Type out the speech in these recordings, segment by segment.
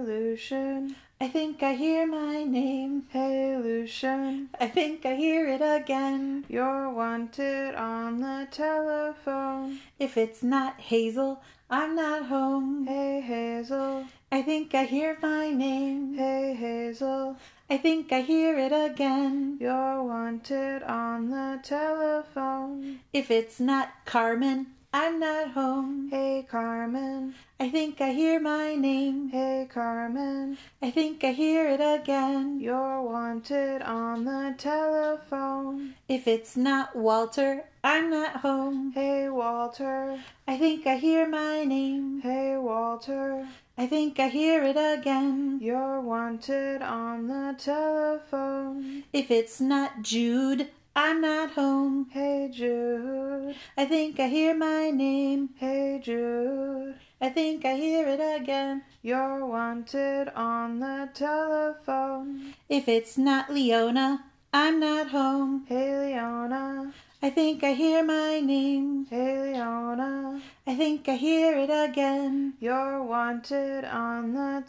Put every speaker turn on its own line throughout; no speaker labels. Lucian.
I think I hear my name.
Hey, Lucian.
I think I hear it again.
You're wanted on the telephone.
If it's not Hazel, I'm not home.
Hey, Hazel.
I think I hear my name.
Hey, Hazel.
I think I hear it again.
You're wanted on the telephone.
If it's not Carmen, I'm not home.
Hey, Carmen.
I think I hear my name.
Hey, Carmen.
I think I hear it again.
You're wanted on the telephone.
If it's not Walter, I'm not home.
Hey, Walter.
I think I hear my name.
Hey, Walter.
I think I hear it again.
You're wanted on the telephone.
If it's not Jude, I'm not home.
Hey, Jude.
I think I hear my name.
Hey, Jude.
I think I hear it again.
You're wanted on the telephone.
If it's not Leona, I'm not home.
Hey, Leona.
I think I hear my name.
Hey, Leona.
I think I hear it again.
You're wanted on the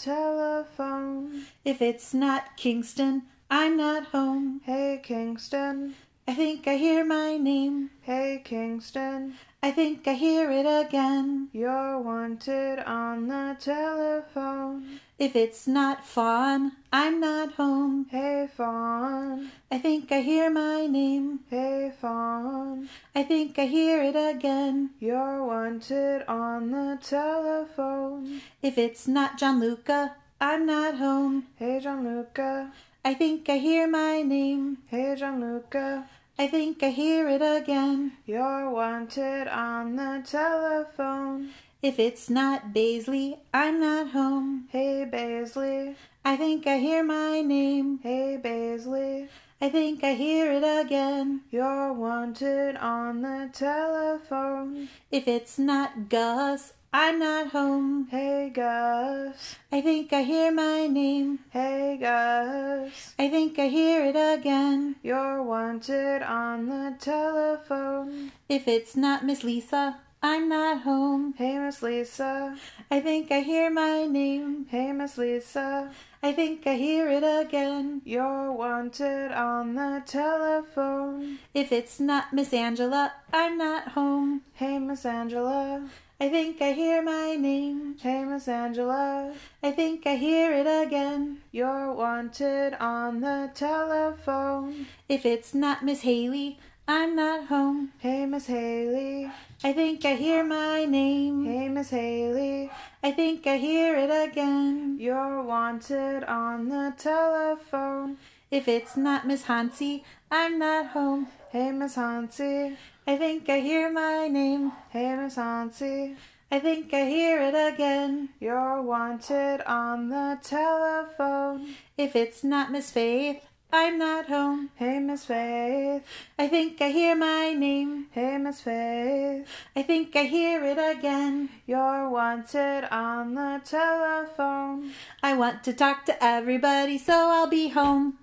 telephone.
If it's not Kingston, I'm not home.
Hey, Kingston.
I think I hear my name.
Hey, Kingston.
I think I hear it again.
You're wanted on the telephone.
If it's not Fawn, I'm not home.
Hey, Fawn.
I think I hear my name.
Hey, Fawn.
I think I hear it again.
You're wanted on the telephone.
If it's not Gianluca, I'm not home.
Hey, Gianluca.
I think I hear my name.
Hey, Gianluca.
I think I hear it again.
You're wanted on the telephone.
If it's not Baisley, I'm not home.
Hey, Baisley.
I think I hear my name.
Hey, Baisley.
I think I hear it again.
You're wanted on the telephone.
If it's not Gus, I'm not home.
Hey, Gus.
I think I hear my name.
Hey, Gus.
I think I hear it again.
You're wanted on the telephone.
If it's not Miss Lisa, I'm not home.
Hey, Miss Lisa.
I think I hear my name.
Hey, Miss Lisa.
I think I hear it again.
You're wanted on the telephone.
If it's not Miss Angela, I'm not home.
Hey, Miss Angela.
I think I hear my name.
Hey, Miss Angela.
I think I hear it again.
You're wanted on the telephone.
If it's not Miss Haley, I'm not home.
Hey, Miss Haley.
I think I hear my name.
Hey, Miss Haley.
I think I hear it again.
You're wanted on the telephone.
If it's not Miss Hansi, I'm not home.
Hey, Miss Hansi.
I think I hear my name.
Hey, Miss Hansi.
I think I hear it again.
You're wanted on the telephone.
If it's not Miss Faith, I'm not home.
Hey, Miss Faith.
I think I hear my name.
Hey, Miss Faith.
I think I hear it again.
You're wanted on the telephone.
I want to talk to everybody, so I'll be home.